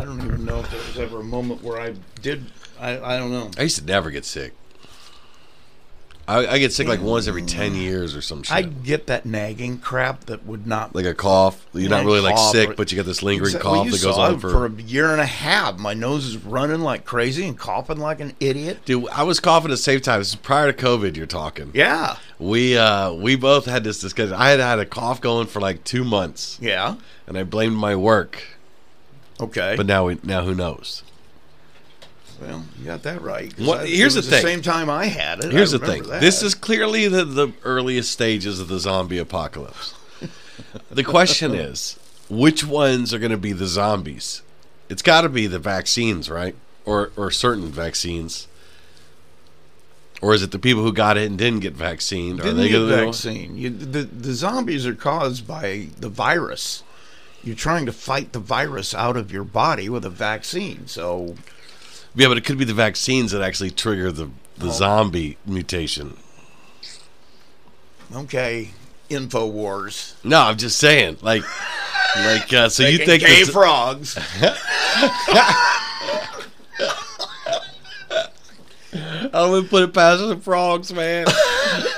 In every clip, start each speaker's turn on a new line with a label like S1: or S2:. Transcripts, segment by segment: S1: even know if there was ever a moment where I did. I, I don't know.
S2: I used to never get sick. I, I get sick like once every ten years or some shit.
S1: I get that nagging crap that would not
S2: like a cough. You're
S1: Like
S2: not really like
S1: cough or-
S2: sick, but you got this lingering
S1: Exactly.
S2: cough
S1: Well, you
S2: that goes
S1: saw
S2: on
S1: it
S2: for.
S1: a year and a half. My nose is running like crazy and coughing like an idiot.
S2: Dude, I was coughing at the same time. This is prior to COVID. You're talking.
S1: Yeah,
S2: We uh we both had this discussion. I had had a cough going for like two months,
S1: yeah.
S2: and I blamed my work.
S1: Okay,
S2: But now we now who knows?
S1: well, you got that right. 'Cause
S2: What-
S1: I-
S2: here's
S1: it was
S2: the thing.
S1: same time I had it. I
S2: Here's the
S1: remember
S2: thing.
S1: that.
S2: This is clearly the, the earliest stages of the zombie apocalypse. the question is, which ones are going to be the zombies? It's got to be the vaccines, right? Or or certain vaccines. Or is it the people who got it and didn't get vaccine?
S1: didn't
S2: are they
S1: get
S2: gonna-
S1: vaccine. You, the the zombies are caused by the virus. You're trying to fight the virus out of your body with a vaccine. So
S2: Yeah, but it could be the vaccines that actually trigger the, the
S1: Oh.
S2: zombie mutation.
S1: okay, Infowars.
S2: No, I'm just saying, like, like uh, so you
S1: Making
S2: think
S1: gay
S2: the,
S1: frogs?
S2: I would put it past the frogs, man.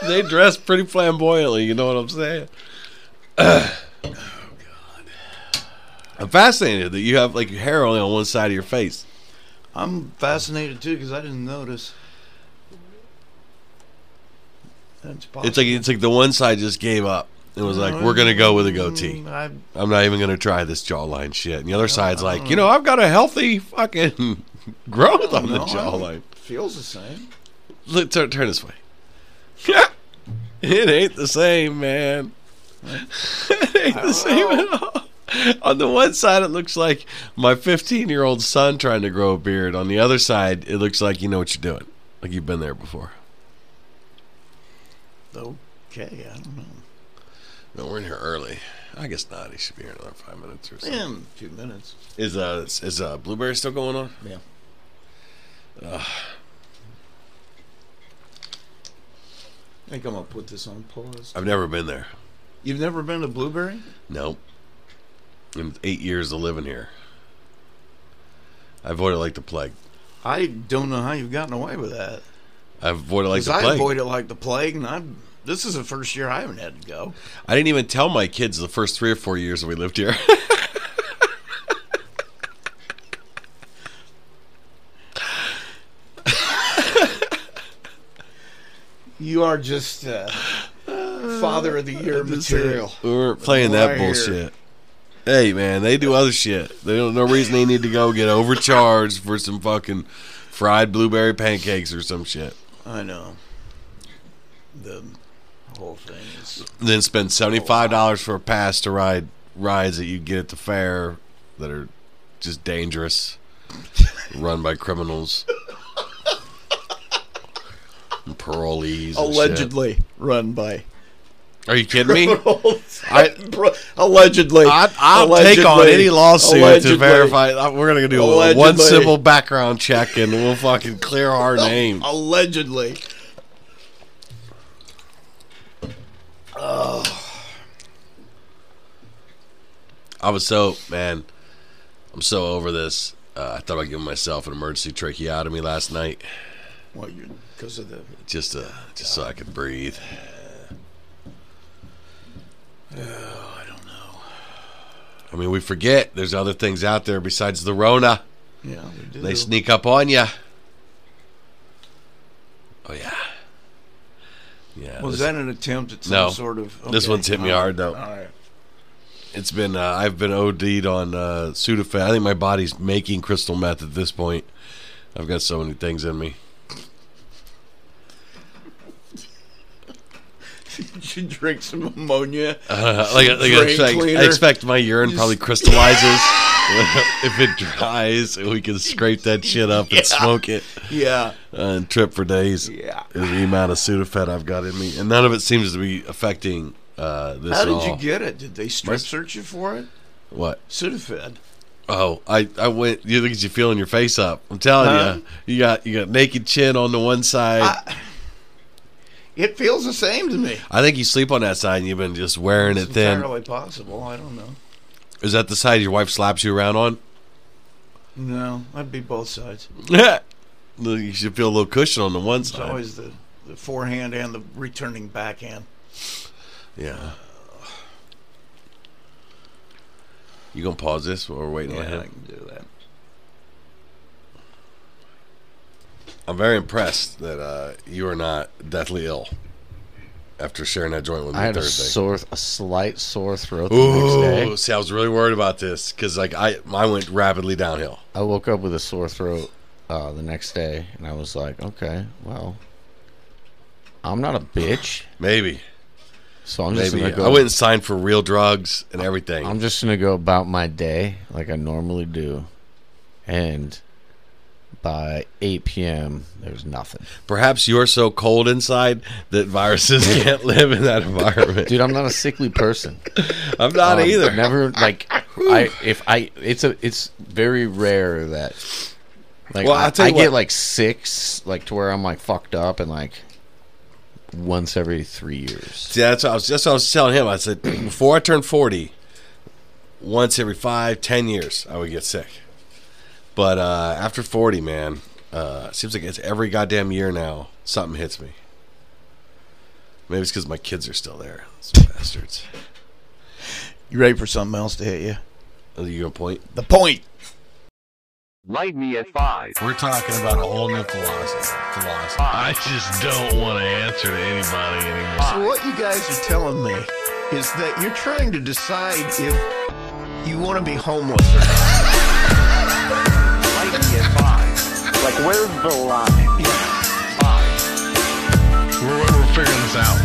S2: they dress pretty flamboyantly. You know what I'm saying? Oh, I'm fascinated that you have like your hair only on one side of your face.
S1: I'm fascinated too because I didn't notice. That's possible.
S2: It's like it's like the one side just gave up. It was like we're gonna go with a goatee.
S1: Mm, I,
S2: I'm not even gonna try this jawline shit. And the other side's like, you know, I've got a healthy fucking growth on the
S1: no,
S2: jawline.
S1: it feels the same.
S2: Look, turn, turn this way. it ain't the same, man. it ain't the same at all. On the one side, it looks like my 15 year old son trying to grow a beard. On the other side, it looks like you know what you're doing. Like you've been there before.
S1: Okay, I don't know.
S2: No, we're in here early. I guess not. He should be here in another five minutes or so.
S1: Yeah, in a few minutes.
S2: Is uh is uh blueberry still going on?
S1: Yeah. I think I'm gonna put this on pause.
S2: I've never been there.
S1: You've never been to Blueberry?
S2: Nope. In eight years of living here, I avoided like the plague.
S1: I don't know how you've gotten away with that.
S2: I've avoided like
S1: Because
S2: the plague.
S1: I avoid it like the plague, and I'm. This is the first year I haven't had to go.
S2: I didn't even tell my kids the first three or four years that we lived here.
S1: You are just uh, father of the year material.
S2: we weren't playing that
S1: Liar.
S2: bullshit. Hey man, they do other shit. They don't no reason they need to go get overcharged for some fucking fried blueberry pancakes or some shit.
S1: I know. The whole thing is.
S2: And then spend seventy five dollars for a pass to ride rides that you get at the fair that are just dangerous, run by criminals, and parolees. and shit.
S1: Allegedly run by.
S2: are you kidding me?
S1: I, allegedly.
S2: I'd, I'll take on any lawsuit to verify. I- We're gonna do a one
S1: Allegedly.
S2: simple background check, and we'll fucking clear our name.
S1: Allegedly.
S2: I was so man, I'm so over this. Uh, I thought I'd give myself an emergency tracheotomy last night,
S1: Well, you because of the.
S2: just to, just so I could breathe.
S1: I don't know.
S2: I mean, we forget there's other things out there besides the Rona.
S1: Yeah, we do.
S2: They sneak up on you. Oh yeah, yeah.
S1: Was
S2: this-
S1: that an attempt at some
S2: No.
S1: sort of?
S2: This one's hit me
S1: all right,
S2: hard, though.
S1: all right.
S2: It's been uh, I've been OD'd on uh, Sudafed. I think my body's making crystal meth at this point. I've got so many things in me.
S1: Did you drink some ammonia?
S2: Uh, like like I,
S1: Drain
S2: expect, I
S1: cleaner.
S2: expect my urine probably crystallizes. if it dries, we can scrape that shit up and smoke it
S1: yeah.
S2: uh, and trip for days.
S1: Yeah.
S2: Is the amount of Sudafed I've got in me, and none of it seems to be affecting uh, this.
S1: How
S2: at
S1: did
S2: all.
S1: you get it? Did they strip
S2: Where's-
S1: search you for it?
S2: what?
S1: Sudafed.
S2: Oh, I, I went. You look at you feeling your face up. I'm telling
S1: Huh?
S2: you, you got you got naked chin on the one side.
S1: I- It feels the same to me.
S2: I think you sleep on that side and you've been just wearing it
S1: It's
S2: thin.
S1: entirely possible. I don't know.
S2: Is that the side your wife slaps you around on?
S1: No, that'd be both sides.
S2: Look, you should feel a little cushion on the one
S1: It's
S2: side.
S1: always the, the forehand and the returning backhand.
S2: yeah. You gonna pause this while we're waiting on
S1: yeah, I
S2: him?
S1: can do that.
S2: I'm very impressed that uh, you are not deathly ill after sharing that joint with me
S3: I had a
S2: Thursday.
S3: sore, a slight sore throat the
S2: Ooh,
S3: next day.
S2: see, I was really worried about this because like I, I went rapidly downhill.
S3: I woke up with a sore throat uh, the next day, and I was like, okay, well, I'm not a bitch,
S2: Maybe,
S3: so I'm just
S2: maybe
S3: gonna
S2: I
S3: go.
S2: went and signed for real drugs and everything.
S3: I'm just gonna go about my day like I normally do, and by 8 p.m. there's nothing.
S2: Perhaps you're so cold inside that viruses can't live in that environment.
S3: Dude, I'm not a sickly person.
S2: I'm not
S3: Um,
S2: either.
S3: Never like I if I it's a it's very rare that like
S2: Well,
S3: I,
S2: I'll tell
S3: I
S2: you
S3: get
S2: what-
S3: like six like to where I'm like fucked up and like once every three years.
S2: See, that's what I was. That's what I was telling him. I said before I turned forty, once every five, ten years, I would get sick. But uh, after forty, man, uh, seems like it's every goddamn year now. Something hits me. Maybe it's because my kids are still there, those bastards.
S1: You ready for something else to hit you?
S2: Are you gonna point?
S1: The point.
S4: Light me at five.
S2: We're talking about a whole new philosophy. philosophy.
S5: I just don't want to answer to anybody anymore.
S1: So what you guys are telling me is that you're trying to decide if you want to be homeless or not.
S4: Light me at five. Like, where's the line? Five.
S5: We're, we're figuring this out.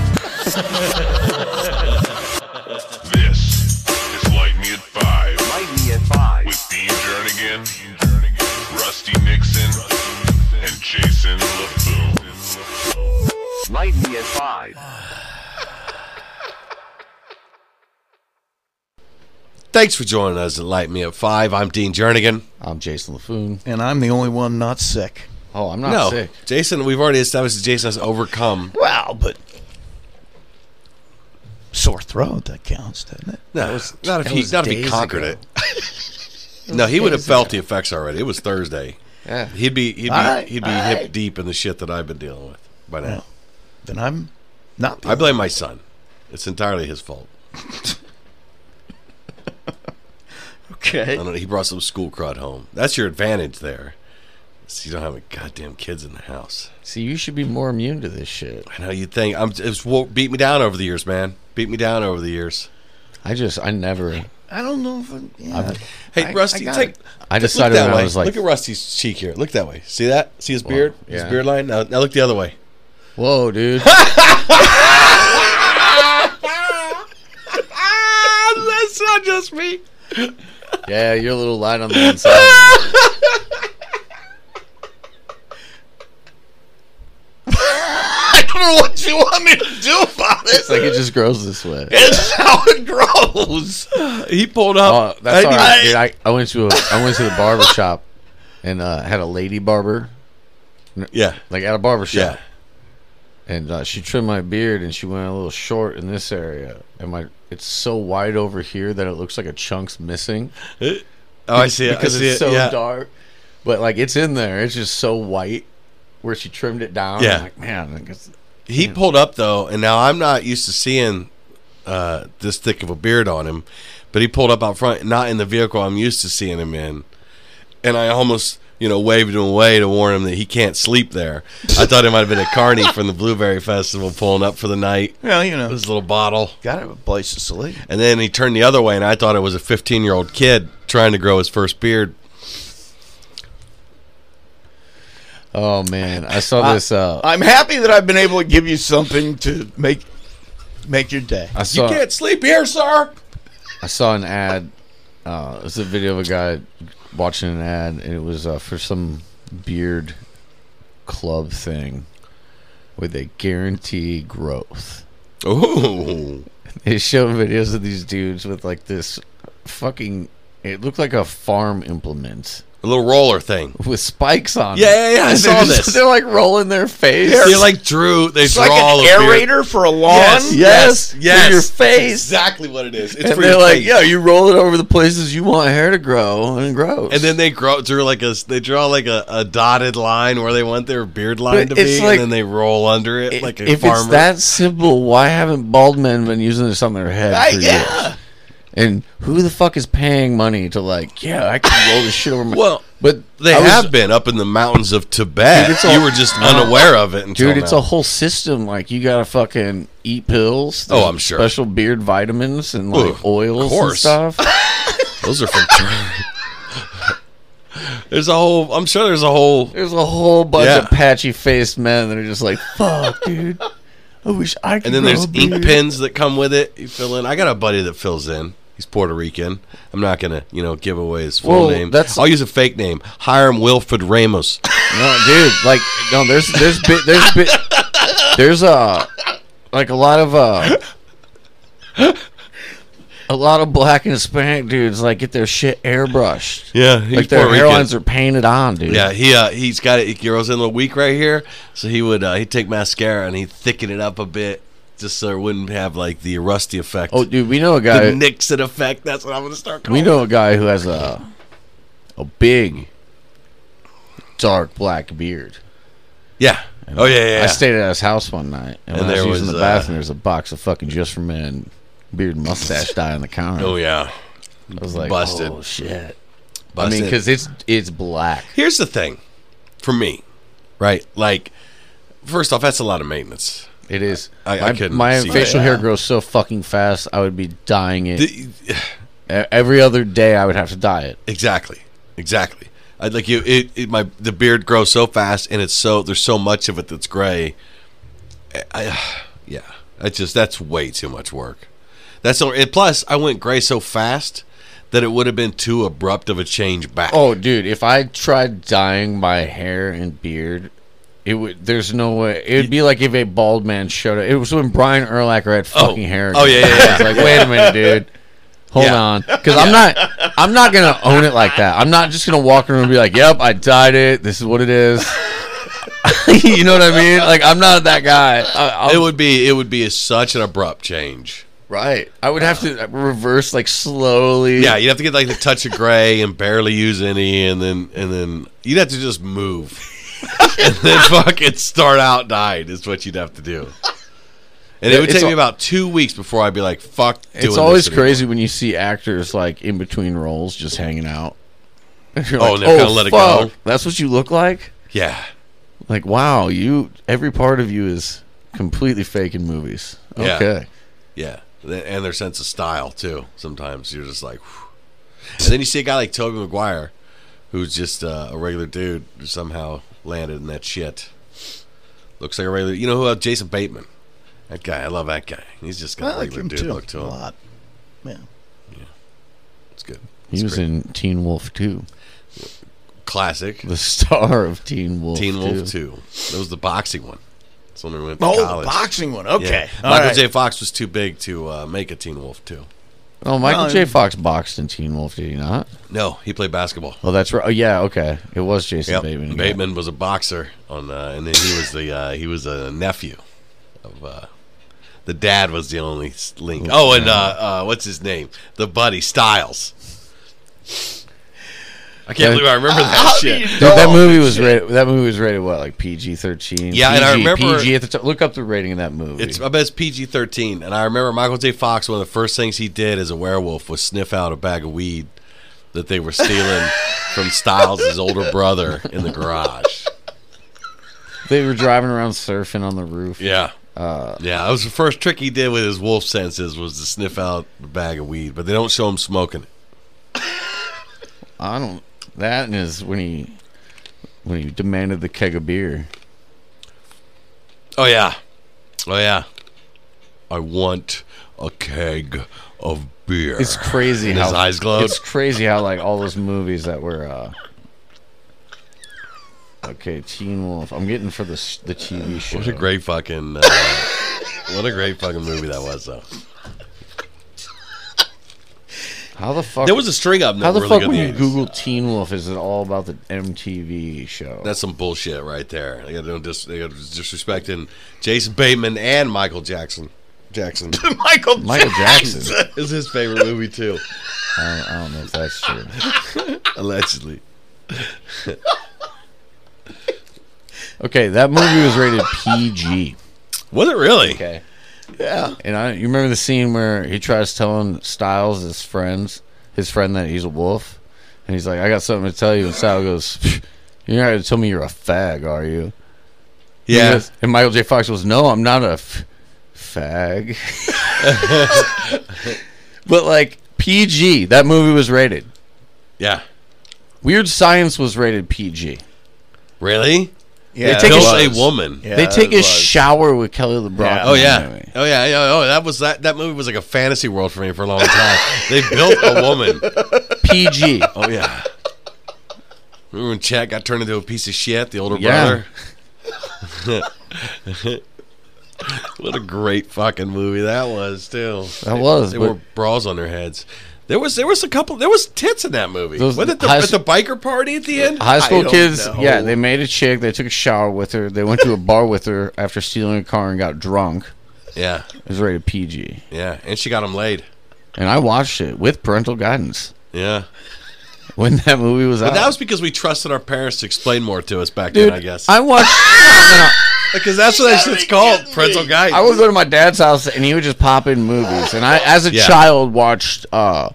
S5: this is Light Me at Five
S4: Light me at five.
S5: with Dean Jernigan, Rusty Nixon, and Jason LaFoon.
S4: Light me at five.
S2: Thanks for joining us at Light Me Up Five. I'm Dean Jernigan.
S3: I'm Jason LaFoon.
S1: And I'm the only one not sick.
S3: Oh, I'm not
S2: no,
S3: sick.
S2: Jason, we've already established that Jason has overcome.
S1: Well, but sore throat that counts, doesn't it?
S2: No, not if
S3: that
S2: he
S3: was
S2: not if he
S3: days
S2: conquered
S3: ago.
S2: it. no, he would have
S3: days
S2: felt the effects already. It was Thursday.
S3: Yeah.
S2: He'd be he'd be
S1: All right,
S2: he'd be
S1: all
S2: hip
S1: right.
S2: deep in the shit that I've been dealing with by now.
S1: Then I'm not. The
S3: Oh,
S2: I blame my son. It's entirely his fault. I
S1: okay.
S2: don't know. He brought some school crud home. That's your advantage there. So you don't have any goddamn kids in the house.
S3: See, you should be more immune to this shit.
S2: I know you think I'm. It's what beat me down over the years, man. Beat me down over the years.
S3: I just I never
S1: I don't know if I'm, yeah.
S2: Hey,
S1: I-
S2: Rusty,
S1: I got
S2: take.
S1: it.
S3: I
S2: look
S3: decided
S2: that
S3: when I
S2: way.
S3: was like-
S2: look at Rusty's cheek here. Look that way. See that? See his beard? His
S3: yeah.
S2: beard line. Now, now look the other way.
S3: Whoa, dude.
S2: Ah, That's not just me.
S3: yeah, you're a little light on the inside.
S1: I don't know what you want me to do about it.
S3: It's like it just grows this way.
S1: It's how it grows.
S2: He pulled up.
S3: Oh, that's all
S2: and he-
S3: right. Dude, I, I went to a I went to the barber shop and uh, had a lady barber
S2: Yeah.
S3: like at a barber
S2: Yeah.
S3: shop, and uh, she trimmed my beard and she went a little short in this area, and my it's so wide over here that it looks like a chunk's missing
S2: Oh, I see it.
S3: because
S2: I see
S3: it's
S2: it.
S3: so
S2: yeah.
S3: dark, but like it's in there. It's just so white where she trimmed it down.
S2: Yeah.
S3: I'm like man, like it's,
S2: He pulled up though, and now I'm not used to seeing uh, this thick of a beard on him, but he pulled up out front, not in the vehicle I'm used to seeing him in, and I almost. You know, waved him away to warn him that he can't sleep there. I thought it might have been a carny from the Blueberry Festival pulling up for the night.
S1: Well, you know,
S2: His little bottle.
S1: got to have a place to sleep.
S2: And then he turned the other way, and I thought it was a 15 year old kid trying to grow his first beard.
S3: oh man, I saw this. Uh,
S1: I'm happy that I've been able to give you something to make make your day.
S3: I saw
S2: sleep here, sir.
S3: I saw an ad. Uh, it was a video of a guy watching an ad, and it was uh, for some beard club thing where they guarantee growth.
S2: Ooh.
S3: They show videos of these dudes with like this fucking. It looked like a farm implement
S2: a little roller thing.
S3: with spikes on.
S2: Yeah,
S3: it.
S2: yeah, yeah, I
S3: And
S2: saw
S3: they're just-
S2: this.
S3: They're like rolling their face.
S2: They're like Drew. They
S1: It's
S2: draw
S1: like
S2: all
S1: an
S2: of your-
S1: aerator for a lawn.
S2: Yes, yes,
S3: yes,
S2: yes.
S3: for your face.
S2: Exactly what it is. It's
S3: and
S2: for
S3: they're
S2: your
S3: like,
S2: face.
S3: yeah, you roll it over the places you want hair to grow, and it grows.
S2: And then they grow drew like a they draw like a, a dotted line where they want their beard line
S3: But
S2: to
S3: it's
S2: be,
S3: like-
S2: and then they roll under it
S3: I-
S2: like a
S3: if
S2: farmer.
S3: it's that simple, why haven't bald men been using this on their head
S1: I-
S3: for
S1: yeah.
S3: years? And who the fuck is paying money to like, yeah, I can roll this shit over my.
S2: Well,
S3: but
S2: they
S3: I was-
S2: have been up in the mountains of Tibet.
S3: Dude, it's a-
S2: you were just unaware of it until
S3: dude. It's
S2: now.
S3: a whole system. Like you gotta fucking eat pills.
S2: Oh,
S3: There's
S2: I'm sure.
S3: Special beard vitamins and like
S2: Ooh, of
S3: oils and
S2: course.
S3: stuff.
S2: Those are from. there's a whole. I'm sure there's a whole.
S3: There's a whole bunch
S2: Yeah.
S3: of patchy faced men that are just like, fuck, dude. I wish I could.
S2: And then there's
S3: grow a
S2: ink
S3: beard."
S2: pens that come with it. You fill in. I got a buddy that fills in. He's Puerto Rican. I'm not gonna, you know, give away his full
S3: Whoa,
S2: name.
S3: that's-
S2: I'll use a fake name. Hiram Wilfred Ramos.
S3: No, dude, like no, there's there's bi- there's bi- there's uh like a lot of uh a lot of black and Hispanic dudes like get their shit airbrushed.
S2: Yeah, he's
S3: Like their
S2: Puerto Rican.
S3: hairlines are painted on, dude.
S2: Yeah, he uh, he's got it. He grows in a little weak right here, so he would uh, he'd take mascara and he'd thicken it up a bit, just so it wouldn't have like the rusty effect,
S3: Oh, dude, we know a
S2: the
S3: guy.
S2: Nixon effect. That's what I'm gonna start calling.
S3: we know a guy who has a a big dark black beard.
S2: it. Yeah. Oh yeah, yeah. yeah.
S3: I stayed at his house one night,
S2: And
S3: and, when I
S2: there
S3: was using
S2: was,
S3: the
S2: uh,
S3: bathroom, there's a box of fucking just for men beard and mustache dye on the counter.
S2: oh yeah.
S3: I was like,
S2: busted.
S3: oh shit. I
S2: Busted.
S3: mean, because it's it's black.
S2: here's the thing, for me, right? Like, first off, that's a lot of maintenance.
S3: It is.
S2: I- I
S3: my
S2: couldn't
S3: my
S2: see
S3: facial
S2: that.
S3: hair grows so fucking fast. I would be dyeing it
S2: The-
S3: E- every other day. I would have to dye it.
S2: Exactly. Exactly. I'd like you. It, it my the beard grows so fast, and it's so there's so much of it that's gray. I, I- yeah. That's just that's way too much work. That's all. And plus, I went gray so fast that it would have been too abrupt of a change back.
S3: Oh, dude! If I tried dyeing my hair and beard, it would. There's no way. It would be like if a bald man showed up. It was when Brian Erlacher had fucking hair.
S2: Oh, yeah, yeah,
S3: I was like, wait a minute, dude. Hold
S2: Yeah.
S3: on, because I'm not. I'm not gonna own it like that. I'm not just gonna walk in the room and be like, "Yep, I dyed it. This is what it is." you know what I mean? Like, I'm not that guy. I,
S2: it
S3: I'm-
S2: would be. It would be such an abrupt change.
S3: Right. I would have to reverse like slowly.
S2: Yeah, you'd have to get like the touch of gray and barely use any, and then and then you'd have to just move, and then fucking start out dyed is what you'd have to do. And it would
S3: It's
S2: take me
S3: al-
S2: about two weeks before I'd be like, "Fuck." Doing
S3: It's always
S2: this anymore.
S3: crazy when you see actors like in between roles just hanging out. You're
S2: Oh,
S3: like,
S2: and they're gonna let it go."
S3: fuck, That's what you look like?
S2: Yeah,
S3: Like, wow, you every part of you is completely fake in movies.
S2: Yeah.
S3: Okay.
S2: yeah, Th- and their sense of style too. Sometimes you're just like, whew. and then you see a guy like Toby Maguire, who's just uh, a regular dude who somehow landed in that shit. Looks like a regular. You know who? else? Jason Bateman. That guy, I love that guy. He's just got
S1: I
S2: a
S1: like
S2: regular
S1: him
S2: dude
S1: too.
S2: look to
S1: a
S2: him.
S1: lot. Yeah.
S2: It's good.
S3: He was in Teen Wolf 2.
S2: Classic.
S3: The star of Teen Wolf
S2: Teen
S3: 2.
S2: Wolf 2. That was the boxing one. That's when we went to
S1: Oh,
S2: college.
S1: the boxing one.
S2: Yeah.
S1: Okay. All
S2: Michael
S1: right.
S2: J. Fox was too big to uh, make a Teen Wolf 2.
S3: Oh, Michael
S1: Well,
S3: J.
S1: I-
S3: Fox boxed in Teen Wolf, did he not?
S2: No, he played basketball.
S3: Oh, that's right. Oh, yeah, okay. It was Jason
S2: Yep.
S3: Bateman.
S2: Bateman,
S3: again.
S2: was a boxer on, uh, and then he was the uh, he was a nephew of uh, the dad was the only s- link. Oh, and uh, uh, what's his name? The buddy Styles. I can't
S3: Yeah.
S2: believe I remember that Oh, shit.
S3: Dude, that movie was rated. That movie was rated what, like PG thirteen?
S2: Yeah, and I remember-
S3: PG at the time. Look up the rating of that movie.
S2: It's I bet it's PG thirteen, and I remember Michael J. Fox. One of the first things he did as a werewolf was sniff out a bag of weed that they were stealing from Styles' his older brother in the garage.
S3: they were driving around surfing on the roof.
S2: Yeah,
S3: Uh,
S2: yeah, that was the first trick he did with his wolf senses was to sniff out a bag of weed, but they don't show him smoking it.
S3: I don't. That is when he when he demanded the keg of beer.
S2: Oh yeah, oh yeah. I want a keg of beer.
S3: It's crazy
S2: And
S3: how
S2: his eyes glowed.
S3: It's crazy how like all those movies that were. uh Okay, Teen Wolf. I'm getting for the s- the TV show.
S2: What a great fucking. Uh, what a great fucking movie that was, though.
S3: How the fuck?
S2: There was a string of them.
S3: how
S2: that
S3: the
S2: were really
S3: fuck
S2: good
S3: when
S2: in
S3: you
S2: the 80s.
S3: Google Teen Wolf is it all about the MTV show?
S2: That's some bullshit right there. They got no dis- they got disrespecting Jason Bateman and Michael Jackson. Jackson
S1: Michael,
S3: Michael Jackson.
S2: is his favorite movie too,
S3: I, don't, I don't know if that's true.
S2: allegedly.
S3: Okay, that movie was rated PG.
S2: Was it really?
S3: Okay.
S1: Yeah.
S3: And I, you remember the scene where he tries telling Styles his friends, his friend that he's a wolf, and he's like, "I got something to tell you." And Styles goes, "Pfft, "You're not going to tell me you're a fag, are you?" He
S2: Yeah,
S3: goes- And Michael J. Fox goes, "No, I'm not a f- fag." but like PG, that movie was rated.
S2: yeah.
S3: Weird Science was rated PG.
S2: Really?
S1: Yeah,
S3: take a
S1: it
S2: Kill
S1: was.
S2: a woman.
S1: Yeah,
S3: they
S1: it
S3: take a
S1: was.
S3: shower with Kelly LeBrock.
S1: Yeah.
S3: in
S2: Oh
S3: that
S2: yeah.
S3: movie.
S2: Oh yeah. Yeah. Oh, that was that. That movie was like a fantasy world for me for a long time. they built a woman.
S3: PG.
S2: Oh yeah. Remember when Chad got turned into a piece of shit? The older
S3: Yeah.
S2: brother. what a great fucking movie that was, too.
S3: That was,
S2: They
S3: Uh, but-
S2: wore bras on their heads. There was there was a couple. There was tits in that movie.
S3: Those
S2: was it the,
S3: high
S2: at
S3: s-
S2: the biker party at the end?
S3: High school
S1: don't
S3: kids,
S1: know.
S3: yeah, they made a chick. They took a shower with her. They went to a bar with her after stealing a car and got drunk.
S2: Yeah,
S3: It was rated PG,
S2: yeah. And she got him laid.
S3: and I watched it with parental guidance
S2: Yeah,
S3: when that movie was out.
S2: but that was because we trusted our parents to explain more to us back
S3: Uh, dude.
S2: then. I guess
S3: I watched. No, no, no.
S2: because that's what that shit's called, parental guidance.
S3: I would go to my dad's house and he would just pop in movies. And I, as a
S2: Yeah.
S3: child, watched uh,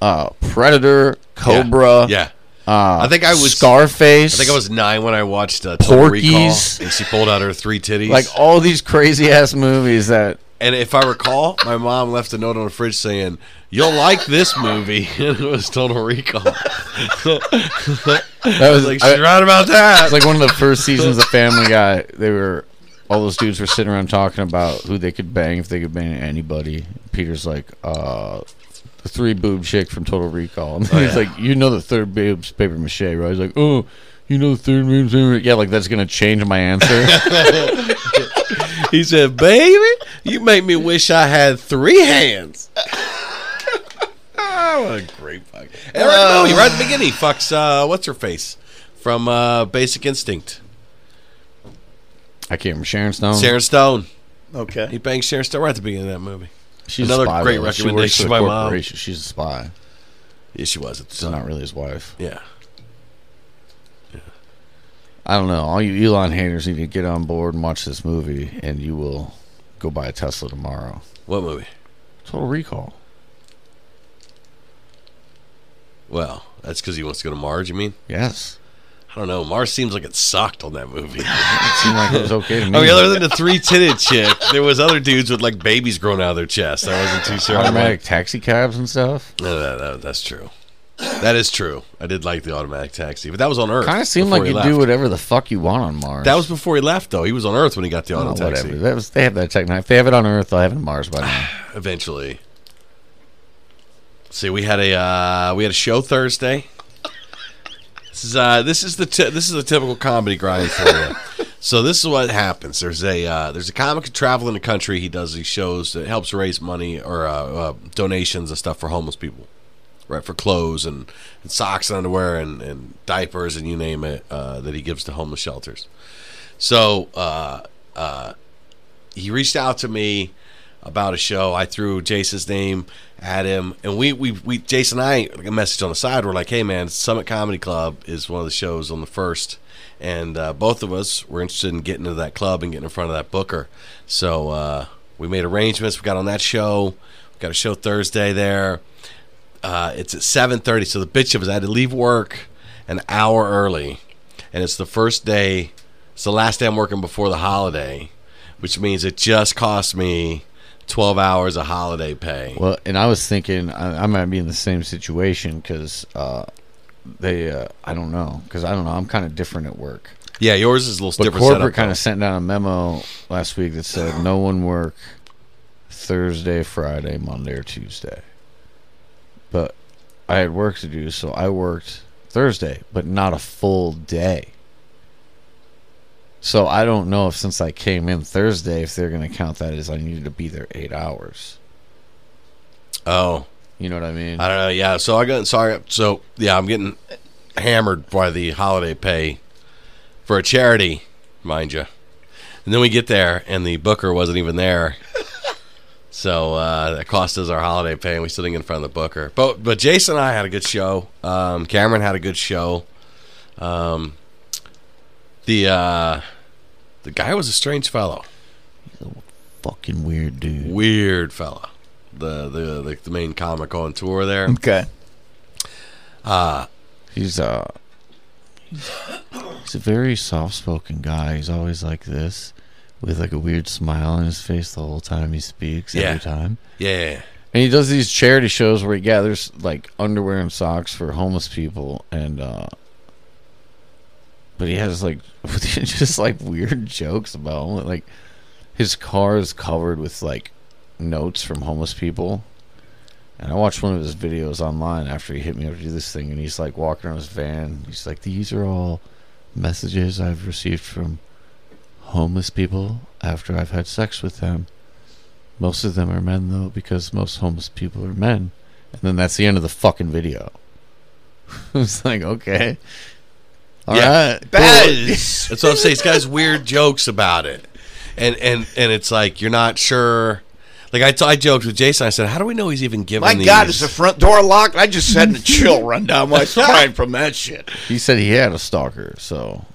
S3: uh, Predator,
S2: Yeah.
S3: Cobra.
S2: Yeah,
S3: Uh,
S2: I think I was-
S3: Scarface.
S2: I think I was nine when I watched uh, Total Recall,
S3: Porky's.
S2: and she pulled out her three titties.
S3: like all these crazy ass movies that
S2: And if I recall, my mom left a note on the fridge saying, "You'll like this movie," and it was Total Recall.
S3: that was
S2: Like
S3: I-
S2: she's right about that.
S3: It's like one of the first seasons of Family Guy. They were all those dudes were sitting around talking about who they could bang if they could bang anybody. Peter's like, uh, the three boob chick from Total Recall.
S2: Oh,
S3: And he's like, you know the third boob's paper mache, right? He's like, oh, you know the third boob's paper. Yeah, like that's gonna change my answer.
S2: he said, "Baby, you make me wish I had three hands." oh, what a great fuck! And right, no, you're right at the beginning. He fucks. Uh, what's her face from uh, Basic Instinct?
S3: I can't remember Sharon Stone.
S2: Sharon Stone. He
S1: Okay.
S2: bangs Sharon Stone right at the beginning of that movie.
S3: She's
S2: another
S3: a spy,
S2: great
S3: though. She
S2: recommendation
S3: works
S2: to
S3: for the
S2: my mom.
S3: corporation. She's a spy.
S2: Yeah, she was at the
S3: She's
S2: time.
S3: not really his wife.
S2: Yeah.
S3: I don't know. All you Elon haters need to get on board and watch this movie, and you will go buy a Tesla tomorrow.
S2: What movie?
S3: Total Recall.
S2: Well, that's because he wants to go to Mars. You mean?
S3: Yes.
S2: I don't know. Mars seems like it sucked on that movie.
S3: It seemed like it was okay to me.
S2: I mean, other than Oh, the three titted chick, there was other dudes with like babies growing out of their chest. I wasn't too sure.
S3: automatic taxi cabs and stuff.
S2: No, that, that, that's true. That is true. I did like the automatic taxi, but that was on Earth.
S3: Kind of seemed
S2: before
S3: like
S2: he
S3: you
S2: left.
S3: do whatever the fuck you want on Mars.
S2: That was before he left, though. He was on Earth when he got the
S3: Oh,
S2: auto taxi.
S3: whatever. That was, they have that tech. If they have it on Earth, they'll have it on Mars by now.
S2: Eventually. See, we had a uh, we had a show Thursday. This is uh, this is the ty- this is the typical comedy grind for you. So this is what happens. There's a uh, there's a comic traveling the country. He does these shows that helps raise money or uh, uh, donations and stuff for homeless people, right? For clothes and, and socks and underwear and, and diapers and you name it uh, that he gives to homeless shelters. So uh, uh, he reached out to me about a show. I threw Jason's name at him, and we we, we Jason and I like a message on the side. We're like, hey man, Summit Comedy Club is one of the shows on the first, and uh, both of us were interested in getting to that club and getting in front of that booker. So uh, we made arrangements. We got on that show. We got a show Thursday there. Uh, it's at seven thirty. So the bitch of us I had to leave work an hour early, and it's the first day. It's the last day I'm working before the holiday, which means it just cost me twelve hours of holiday pay.
S3: Well, and I was thinking I, I might be in the same situation because uh, they, uh, I don't know, because I don't know. I'm kind of different at work.
S2: Yeah, yours is a little
S3: But
S2: different.
S3: corporate
S2: setup,
S3: kind
S2: though.
S3: of sent down a memo last week that said no one work Thursday, Friday, Monday, or Tuesday. But I had work to do, so I worked Thursday, but not a full day. So I don't know if since I came in Thursday, if they're going to count that as I needed to be there eight hours.
S2: Oh,
S3: You know what I mean?
S2: I don't know. Yeah. So I got sorry. So yeah, I'm getting hammered by the holiday pay for a charity, mind you. And then we get there, and the booker wasn't even there. So uh, that cost us our holiday pay, and we sitting in front of the booker. But but Jason and I had a good show. Um, Cameron had a good show. Um, the uh, the guy was a strange fellow,
S3: Fucking weird, dude.
S2: weird fellow. The the the, the main comic on tour there.
S1: Okay.
S3: He's uh he's a very soft spoken guy. He's always like this, with like a weird smile on his face the whole time he speaks.
S2: Yeah.
S3: Every time.
S2: Yeah.
S3: And he does these charity shows where he gathers like underwear and socks for homeless people and uh but he has like just like weird jokes about homeless- like his car is covered with like notes from homeless people. And I watched one of his videos online after he hit me up to do this thing and he's like walking around his van. He's like, These are all messages I've received from homeless people after I've had sex with them. Most of them are men, though, because most homeless people are men. And then that's the end of the fucking video. it's like, okay. all right,
S2: Yeah.
S1: Bez.
S2: That's what I'm saying. This guy's weird jokes about it, and and and it's like you're not sure. Like I, t- I joked with Jason. I said, "How do we know he's even giving?"
S1: My
S2: these?
S1: God, is the front door locked? I just had a chill run down my spine from that shit.
S3: He said he had a stalker, so.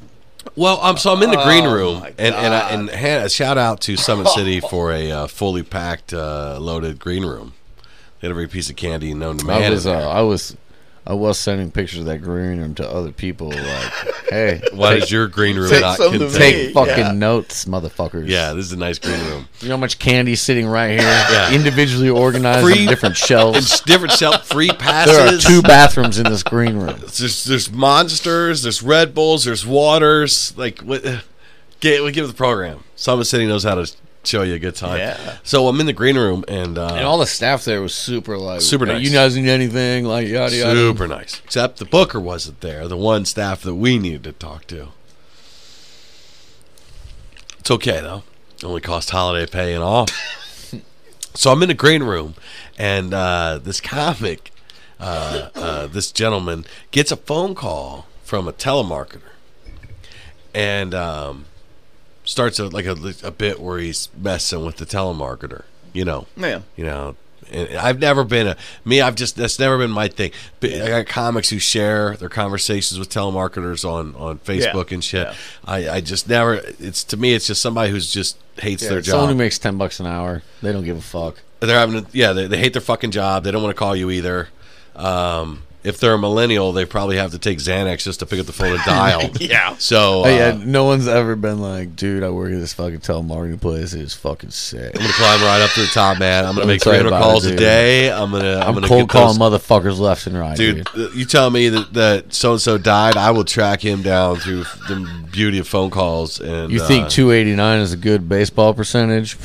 S2: Well, I'm so I'm in the green room,
S1: Oh, my
S2: and and I,
S1: God.
S2: and Hannah, shout out to Summit City for a uh, fully packed, uh, loaded green room. They had every piece of candy known to man.
S3: I
S2: in
S3: was, uh,
S2: there.
S3: I was, I was sending pictures of that green room to other people. Like, hey,
S2: Why does your green room
S1: Take
S2: not
S1: some to me.
S2: contain?
S3: take fucking
S1: yeah.
S3: notes, motherfuckers.
S2: Yeah, this is a nice green room.
S3: you know how much candy's sitting right here, individually organized
S2: Free-
S3: on different shelves.
S2: It's different self free passes.
S3: There are two bathrooms in this green room.
S2: There's there's monsters. There's Red Bulls. There's waters. Like what? Get we give the program. Summit City knows how to show you a good time.
S1: Yeah.
S2: So I'm in the green room and, uh,
S3: And all the staff there was super like
S2: Super
S3: "Hey,
S2: nice.
S3: You guys need anything? Like yada yada.
S2: super nice. Except the Booker wasn't there. The one staff that we needed to talk to. It's okay though. Only cost holiday pay and all. so I'm in a green room, and uh, this comic, uh, uh, this gentleman, gets a phone call from a telemarketer, and um, starts a, like a, a bit where he's messing with the telemarketer. You know,
S1: Yeah.
S2: you know. And I've never been a me. I've just that's never been my thing. But I got comics who share their conversations with telemarketers on on Facebook and shit.
S1: Yeah.
S2: I, I just never. It's to me, it's just somebody who's just hates their job.
S3: Someone who makes ten bucks an hour, they don't give a fuck.
S2: they're having, to, yeah, they, they hate their fucking job. They don't want to call you either. Um, if they're a millennial, they probably have to take Xanax just to pick up the phone and dial.
S1: Yeah.
S2: So uh,
S3: Hey, Oh, yeah, no one's ever been like, dude, I work at this fucking telemarketing place. It is fucking sick.
S2: I'm gonna climb right up to the top, man. I'm gonna
S3: I'm
S2: make
S3: sorry
S2: 300
S3: about
S2: calls
S3: it,
S2: a
S3: dude.
S2: day. I'm gonna I'm,
S3: I'm,
S2: gonna
S3: cold
S2: get those-
S3: calling motherfuckers left and right, dude.
S2: dude, th- you tell me that, that so and so died, I will track him down through f- the beauty of phone calls. And
S3: You
S2: uh,
S3: think 289 is a good baseball percentage?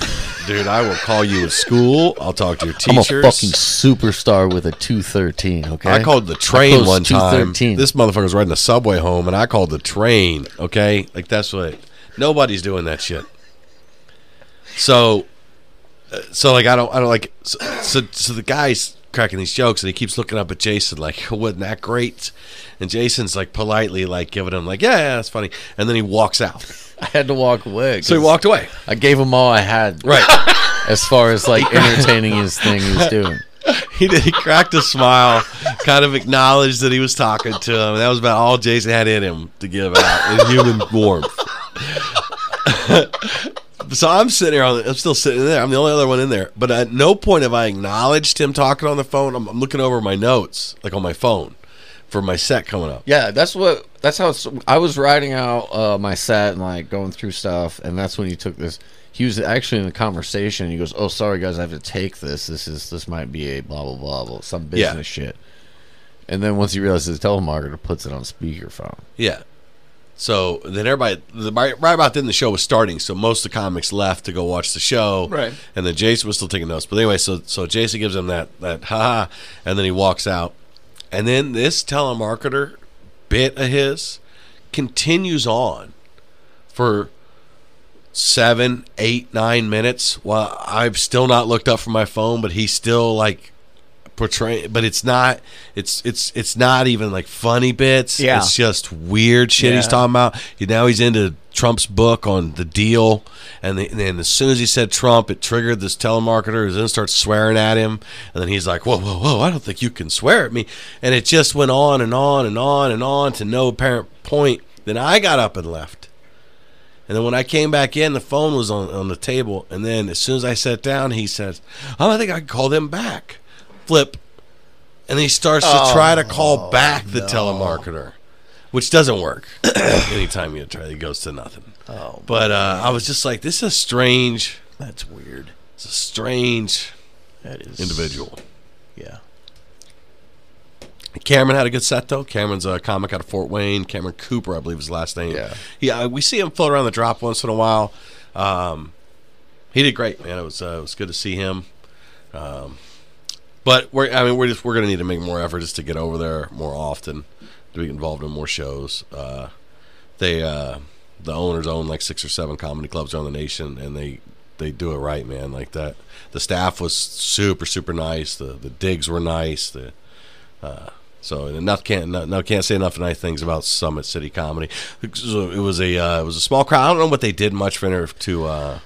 S2: dude? I will call you at school. I'll talk to your
S3: I'm a
S2: teachers.
S3: fucking superstar with a 213. Okay,
S2: I called the train
S3: closed
S2: one time.
S3: 213.
S2: This motherfucker was riding the subway home, and I called the train. Okay, like that's what nobody's doing that shit. So, uh, so like I don't, I don't like. So, so, so the guy's cracking these jokes, and he keeps looking up at Jason like, "Wasn't that great?" And Jason's like politely like giving him like, "Yeah, yeah that's funny," and then he walks out.
S3: I had to walk away.
S2: So he
S3: 'cause
S2: walked away.
S3: I gave him all I had,
S2: Right.
S3: As far as like entertaining his thing he was doing.
S2: he did. He cracked a smile, kind of acknowledged that he was talking to him. That was about all Jason had in him to give out in human warmth. so I'm sitting here. On, I'm still sitting there. I'm the only other one in there. But at no point have I acknowledged him talking on the phone. I'm, I'm looking over my notes, like on my phone, for my set coming up.
S3: Yeah, that's what. That's how. It's, I was writing out uh, my set and like going through stuff, and that's when he took this. He was actually in the conversation. And he goes, "Oh, sorry guys, I have to take this. This is this might be a blah blah blah, blah some
S2: Yeah.
S3: business shit." And then once he realizes the telemarketer puts it on speakerphone.
S2: Yeah. So then everybody, the, right right about then the show was starting, so most of the comics left to go watch the show.
S1: Right.
S2: And then Jason was still taking notes. But anyway, so so Jason gives him that that ha, ha, and then he walks out. And then this telemarketer bit of his continues on for seven, eight, nine minutes while I've still not looked up from my phone, but he's still like portraying, but it's not. It's it's it's not even like funny bits.
S1: Yeah.
S2: it's just weird shit he's
S1: Yeah.
S2: talking about. He, now he's into Trump's book on the deal, and, the, and then as soon as he said Trump, it triggered this telemarketer who then starts swearing at him, and then he's like, "Whoa, whoa, whoa! I don't think you can swear at me," and it just went on and on and on and on to no apparent point. Then I got up and left. And then when I came back in, the phone was on, on the table. And then as soon as I sat down, he says, Oh, I think I can call them back. Flip. And he starts to try to call back the telemarketer, which doesn't work. Anytime you try, it goes to nothing.
S1: Oh,
S2: But uh, I was just like, This is a strange,
S1: that's weird.
S2: it's a strange
S1: That is
S2: individual.
S1: Yeah.
S2: Cameron had a good set though. Cameron's a comic out of Fort Wayne. Cameron Cooper, I believe, his last name.
S3: Yeah.
S2: yeah. We see him float around the drop once in a while. Um, he did great, man. It was uh, it was good to see him. Um, but we're I mean we're just we're gonna need to make more effort just to get over there more often, to be involved in more shows. Uh, they uh, the owners own like six or seven comedy clubs around the nation, and they they do it right, man. Like that. The staff was super super nice. The the digs were nice. The uh, so and enough can't no, no can't say enough nice things about Summit City Comedy. So it was a uh, it was a small crowd. I don't know what they did much for inter- to uh,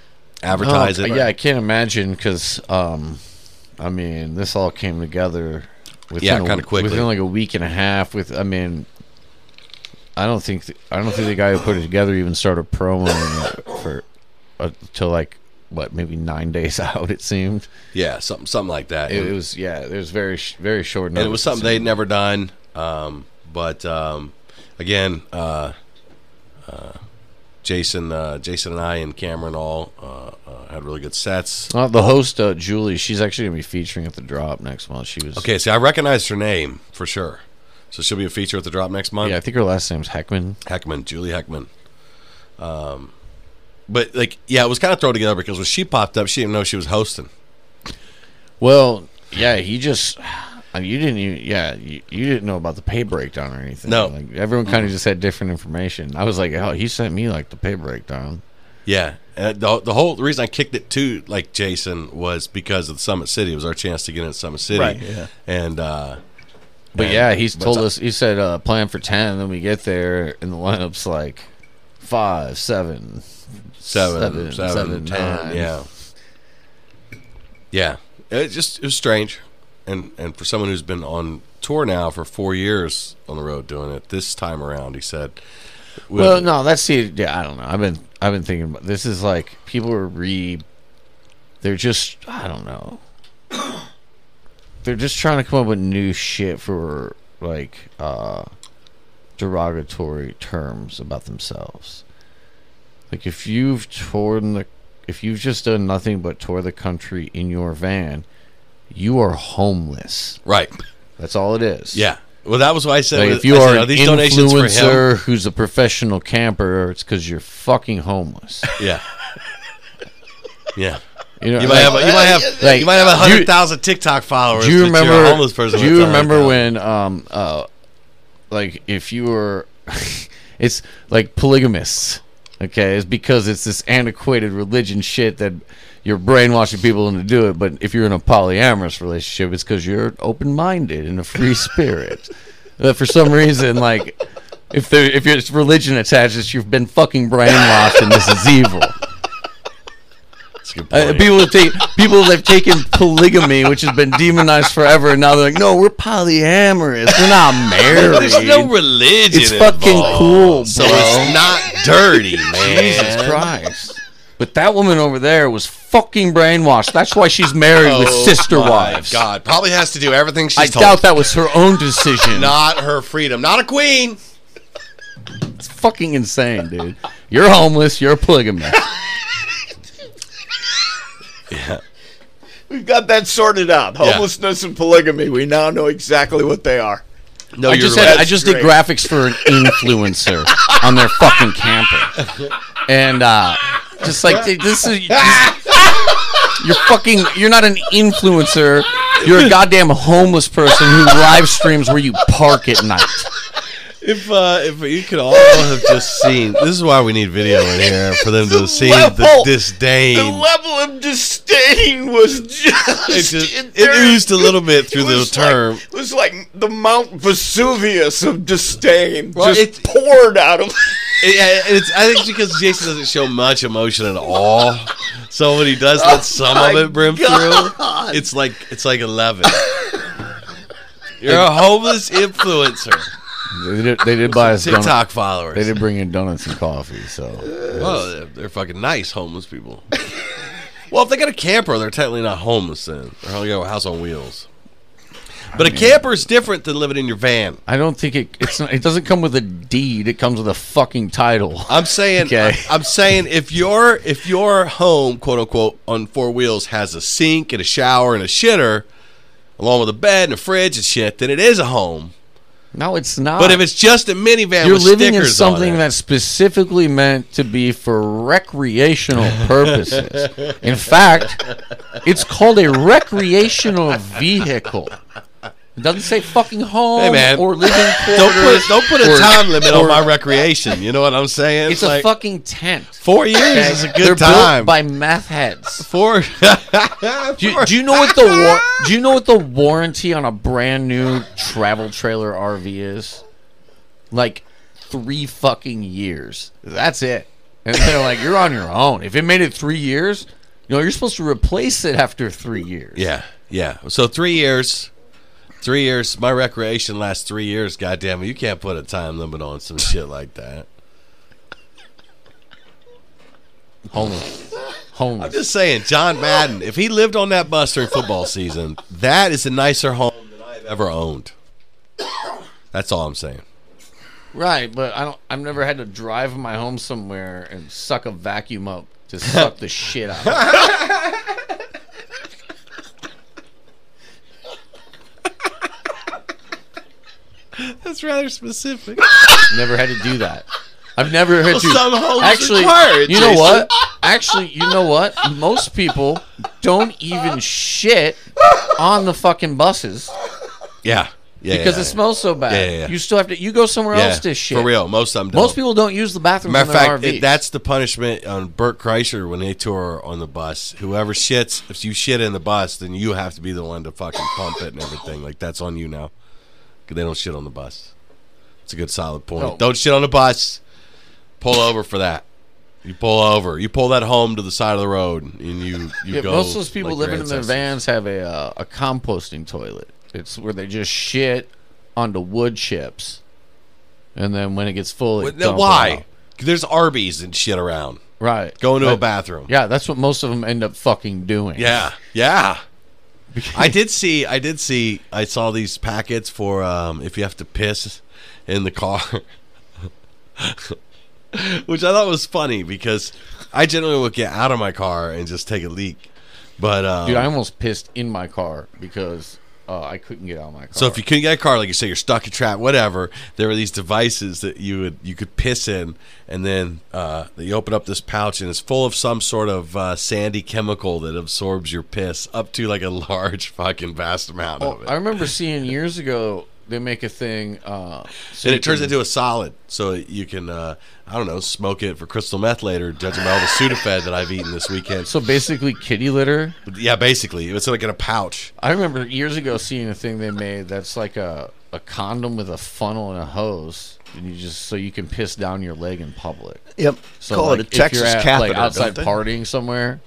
S2: advertise
S3: Oh,
S2: it.
S3: Yeah, I can't imagine because, um, I mean, this all came together within
S2: Yeah,
S3: a-
S2: kinda quickly.
S3: within like a week and a half. With I mean, I don't think th- I don't think the guy who put it together even started promoting it for until like what maybe nine days out. It seemed
S2: yeah, something something like that.
S3: it,
S2: and,
S3: it was yeah, it was very sh- very short.
S2: and it was
S3: notice,
S2: something
S3: seemed.
S2: they'd never done. Um, but um, again, uh, uh, Jason uh, Jason and I and Cameron all uh, uh, had really good sets.
S3: Uh, the host uh, Julie, she's actually gonna be featuring at the drop next month. She was
S2: Okay, see, I recognized her name for sure. So she'll be a feature at the drop next month.
S3: Yeah, I think her last name's Heckman.
S2: Heckman, Julie Heckman. Um, but like, yeah, it was kind of thrown together because when she popped up, she didn't know she was hosting.
S3: Well, yeah, he just. I mean, you didn't even, yeah, you, you didn't know about the pay breakdown or anything.
S2: No.
S3: Like, everyone kind of just had different information. I was like, oh, he sent me, like, the pay breakdown.
S2: Yeah, and the the whole the reason I kicked it to like Jason was because of the Summit City. It was our chance to get into Summit City,
S1: Right, yeah.
S2: And uh,
S3: But
S2: and-
S3: yeah, he's
S2: but
S3: told
S2: it's-
S3: us, he said, uh, plan for 10. Then we get there, and the lineup's like five, seven,
S2: seven,
S3: seven,
S2: seven,
S3: seven,
S2: ten,
S3: nine.
S2: Yeah, yeah. It just it was strange, and and for someone who's been on tour now for four years on the road doing it, this time around, he said,
S3: Well, no, that's the yeah. I don't know. I've been I've been thinking about this. Is like people are re, they're just I don't know. They're just trying to come up with new shit for like uh derogatory terms about themselves. Like if you've torn the, if you've just done nothing but tour the country in your van, you are homeless.
S2: right."
S3: That's all it is.
S2: Yeah. Well, that was why I said
S3: Like
S2: with-
S3: if you
S2: I said,
S3: are
S2: "Are
S3: an
S2: these donations for him.
S3: influencer who's a professional camper, it's because you're fucking homeless.
S2: Yeah. Yeah.
S3: You, know,
S2: You might
S3: like,
S2: have a, you might have
S3: like,
S2: you might have a
S3: do you-
S2: hundred thousand TikTok followers.
S3: Do you
S2: but you're a
S3: remember?
S2: homeless person?
S3: do
S2: with
S3: you
S2: 100,000.
S3: remember when, um, uh, like, if you were, it's like polygamists. Okay, it's because it's this antiquated religion shit that you're brainwashing people into do it. But if you're in a polyamorous relationship, it's because you're open minded and a free spirit. But for some reason, like, if there if it's religion attached, it's you've been fucking brainwashed and this is evil.
S2: That's a good
S3: Uh,
S2: point.
S3: people have taken people have taken polygamy, which has been demonized forever, and now they're like, no, we're polyamorous. We're not married.
S2: There's no religion.
S3: it's fucking
S2: involved,
S3: cool,
S2: So
S3: bro.
S2: it's not dirty, man.
S3: Jesus Christ. But that woman over there was fucking brainwashed. That's why she's married with
S2: Oh
S3: sister
S2: my
S3: wives.
S2: God probably has to do everything she's
S3: I
S2: told.
S3: doubt that was her own decision.
S2: Not her freedom. Not a queen.
S3: It's fucking insane, dude. You're homeless. You're a polygamist.
S1: We've got that sorted out. Homelessness and polygamy. We now know exactly what they are.
S2: No,
S3: I
S2: you're
S3: just
S2: right.
S3: had, I
S1: That's
S3: just did
S1: great.
S3: graphics for an influencer on their fucking camper, and uh, just like dude, this is you're fucking you're not an influencer. You're a goddamn homeless person who live streams where you park at night.
S2: If uh, if you could all have just seen, this is why we need video in here for them to see the
S1: level.
S2: disdain.
S1: The level of disdain was just.
S2: it, just,
S1: in
S2: it
S1: there.
S2: oozed a little bit through
S1: It
S2: the
S1: was
S2: term.
S1: Like, it was like the Mount Vesuvius of disdain
S2: Well,
S1: just
S2: it-
S1: poured out of.
S2: It- yeah, it's I think it's because Jason doesn't show much emotion at all. So when he does let some of
S1: Oh my
S2: it brim
S1: God.
S2: through, it's like it's like eleven. You're a homeless influencer.
S3: They did, they did buy us donuts.
S2: TikTok followers.
S3: They did bring in donuts and coffee, so
S2: Well, they're, they're fucking nice homeless people. well, if they got a camper, they're technically not homeless then. They're only got a house on wheels. But a camper is different than living in your van.
S3: I don't think it. It's not, it doesn't come with a deed. It comes with a fucking title.
S2: I'm saying,
S3: Okay.
S2: I, am saying, if your if your home, quote unquote, on four wheels has a sink and a shower and a shitter, along with a bed and a fridge and shit, then it is a home.
S3: No, it's not.
S2: But if it's just a minivan,
S3: you're
S2: with
S3: living in
S2: stickers
S3: something
S2: on it,
S3: that's specifically meant to be for recreational purposes. in fact, it's called a recreational vehicle. It doesn't say fucking home
S2: Hey, man.
S3: or living
S2: don't
S3: quarters.
S2: put don't put a
S3: or-
S2: time limit
S3: or-
S2: on my recreation. You know what I'm saying?
S3: It's a
S2: like,
S3: fucking tent.
S2: four years
S3: okay?
S2: is a good
S3: They're
S2: time.
S3: built by math heads.
S2: Four.
S3: Do you, do you know what the war- do you know what the warranty on a brand new travel trailer RV is? Like three fucking years. That's it. And they're like, you're on your own. If it made it three years, you know, you're supposed to replace it after three years.
S2: Yeah, yeah. So three years, three years. My recreation lasts three years. Goddamn it, you can't put a time limit on some shit like that.
S3: Homeless.
S2: I'm
S3: Homeless.
S2: just saying, John Madden, if he lived on that bus during football season, that is a nicer home than I've ever owned. That's all I'm saying.
S3: Right, but I don't I've never had to drive my home somewhere and suck a vacuum up to suck the shit out of it.
S2: That's rather specific.
S3: Never had to do that. I've never had to
S2: Some homes
S3: actually
S2: require it,
S3: you know
S2: Jason.
S3: what actually you know what most people don't even shit on the fucking buses
S2: Yeah, yeah.
S3: because
S2: yeah,
S3: it smells so bad
S2: Yeah, yeah, yeah.
S3: you still have to you go somewhere
S2: yeah.
S3: else to shit
S2: for real. Most of them.
S3: most
S2: don't.
S3: people don't use the bathroom
S2: Matter
S3: in
S2: of
S3: their
S2: fact,
S3: RV
S2: it, that's the punishment on Burt Kreischer when they tour on the bus. Whoever shits, if you shit in the bus, then you have to be the one to fucking pump it and everything. Like that's on you now. 'Cause They don't shit on the bus. It's a good solid point.
S3: No.
S2: Don't shit on the bus. Pull over for that. You pull over. You pull that home to the side of the road, and you you
S3: Yeah,
S2: go.
S3: most of those people
S2: like your
S3: living in their
S2: ancestors.
S3: vans have a uh, a composting toilet it's where they just shit onto wood chips and then when it gets full it
S2: But
S3: dump
S2: then
S3: it out.
S2: Why? There's Arby's and shit around.
S3: right
S2: Go into a
S3: But-
S2: bathroom.
S3: yeah that's what most of them end up fucking doing
S2: Yeah, yeah. I did see. I did see. I saw these packets for um, if you have to piss in the car, which I thought was funny because I generally would get out of my car and just take a leak. But um,
S3: Dude, I almost pissed in my car because uh, I couldn't get out of my car.
S2: so if you couldn't get a car, like you say, you're stuck in traffic, whatever. There were these devices that you would you could piss in, and then uh, you open up this pouch, and it's full of some sort of uh, sandy chemical that absorbs your piss up to like a large fucking vast amount
S3: Oh,
S2: of it.
S3: I remember seeing years ago they make a thing, uh, so
S2: and
S3: you
S2: it turns
S3: can-
S2: into a solid, so you can uh, I don't know smoke it for crystal meth later. Judging by all the Sudafed that I've eaten this weekend,
S3: so basically kitty litter.
S2: yeah, basically it's like in a pouch.
S3: I remember years ago seeing a thing they made that's like a a condom with a funnel and a hose, and you just so you can piss down your leg in public.
S1: Yep.
S3: So
S1: Call
S3: like,
S1: it a
S3: if you're
S1: Texas
S3: at, like,
S1: catheter. don't
S3: outside
S1: they?
S3: partying somewhere,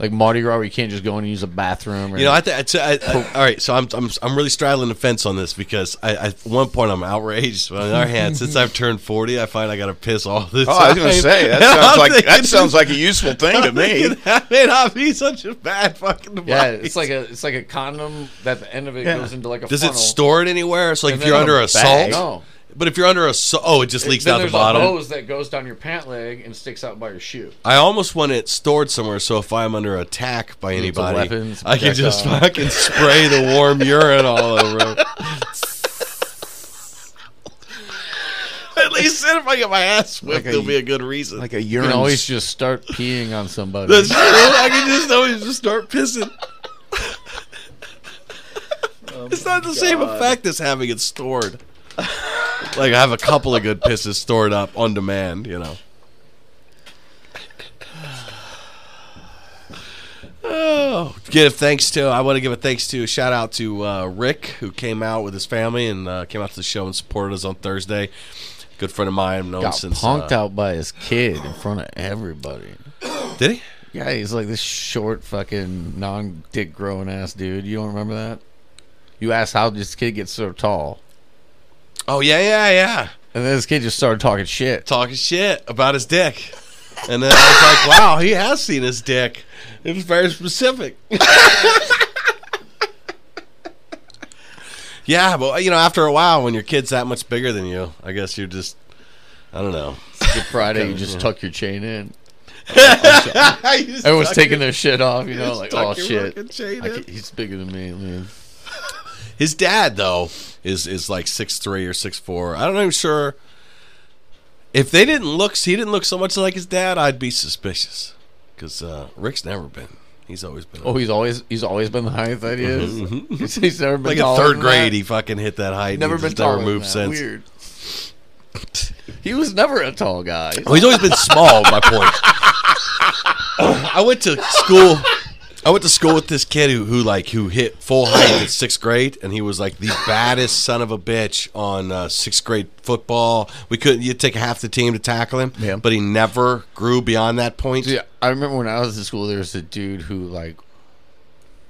S3: like Mardi Gras, where you can't just go in and use a bathroom. Or
S2: You know, I think I, I, all right. So I'm, I'm I'm really straddling the fence on this because I, I at one point I'm outraged, but on the other hand, since I've turned 40, I find I got to piss all the
S1: Oh,
S2: time.
S1: I was gonna say that sounds like that sounds like a useful thing to me.
S2: that may not be such a bad fucking device.
S3: yeah, it's like a it's like a condom that the end of it
S1: Yeah.
S3: goes into like a
S2: Does
S3: funnel.
S2: it store it anywhere? So like
S3: And
S2: if you're
S3: then
S2: under
S3: a
S2: assault,
S3: No.
S2: but if you're under assault, oh, it just leaks
S3: Then
S2: out the
S3: there's
S2: bottom.
S3: A hose that goes down your pant leg and sticks out by your shoe.
S2: I almost want it stored somewhere so if I'm under attack by
S3: Loads of
S2: anybody,
S3: weapons,
S2: I can just
S3: projectile.
S2: fucking spray the warm urine all over. 'em. At least then if I get my ass whipped,
S1: Like a-
S2: there'll be a good reason.
S1: Like a
S3: You
S1: urine.
S3: can always just start peeing on somebody.
S2: That's true. I can just always just start pissing.
S3: Oh
S2: it's not the same effect as having it stored. Like I have a couple of good pisses stored up on demand, you know. Oh, give thanks to I want to give a thanks to a shout out to uh, Rick who came out with his family and uh, came out to the show and supported us on Thursday. Good friend of mine, I've known
S3: Got
S2: since
S3: punked
S2: uh,
S3: out by his kid in front of everybody.
S2: Did he?
S3: Yeah, he's like this short, fucking, non-dick growing ass dude. You don't remember that? You asked how did this kid get so tall,
S2: Oh yeah, yeah, yeah.
S3: and then this kid just started talking shit.
S2: talking shit about his dick. And then I was like, wow, he has seen his dick. It was very specific. yeah, but you know, after a while, when your kid's that much bigger than you, I guess you're just, I don't know.
S3: Good Friday, you just tuck your chain in. Everyone's taking their shit off, you know, like
S2: tuck
S3: oh
S2: your
S3: shit,
S2: fucking chain
S3: I
S2: in."
S3: can't- he's bigger than me, man.
S2: His dad, though, is is like six three or six four. I don't know, I'm sure. If they didn't look, he didn't look so much like his dad, I'd be suspicious. Because uh, Rick's never been. He's always been.
S3: Oh, he's always he's always been the height that he is. he's, he's never been
S2: Mm-hmm, like in
S3: taller
S2: third
S3: than
S2: grade,
S3: that.
S2: he fucking hit that height. and
S3: never
S2: he's
S3: been
S2: just never
S3: taller than
S2: moved
S3: that.
S2: since.
S3: Weird. he was never a tall guy. He's
S2: Oh, he's always been small. my point. I went to school. I went to school with this kid who, who like who hit full height in sixth grade, and he was like the baddest son of a bitch on uh, sixth grade football. We couldn't you take half the team to tackle him,
S3: Yeah.
S2: but he never grew beyond that point.
S3: Dude, I remember when I was in school, there was a dude who like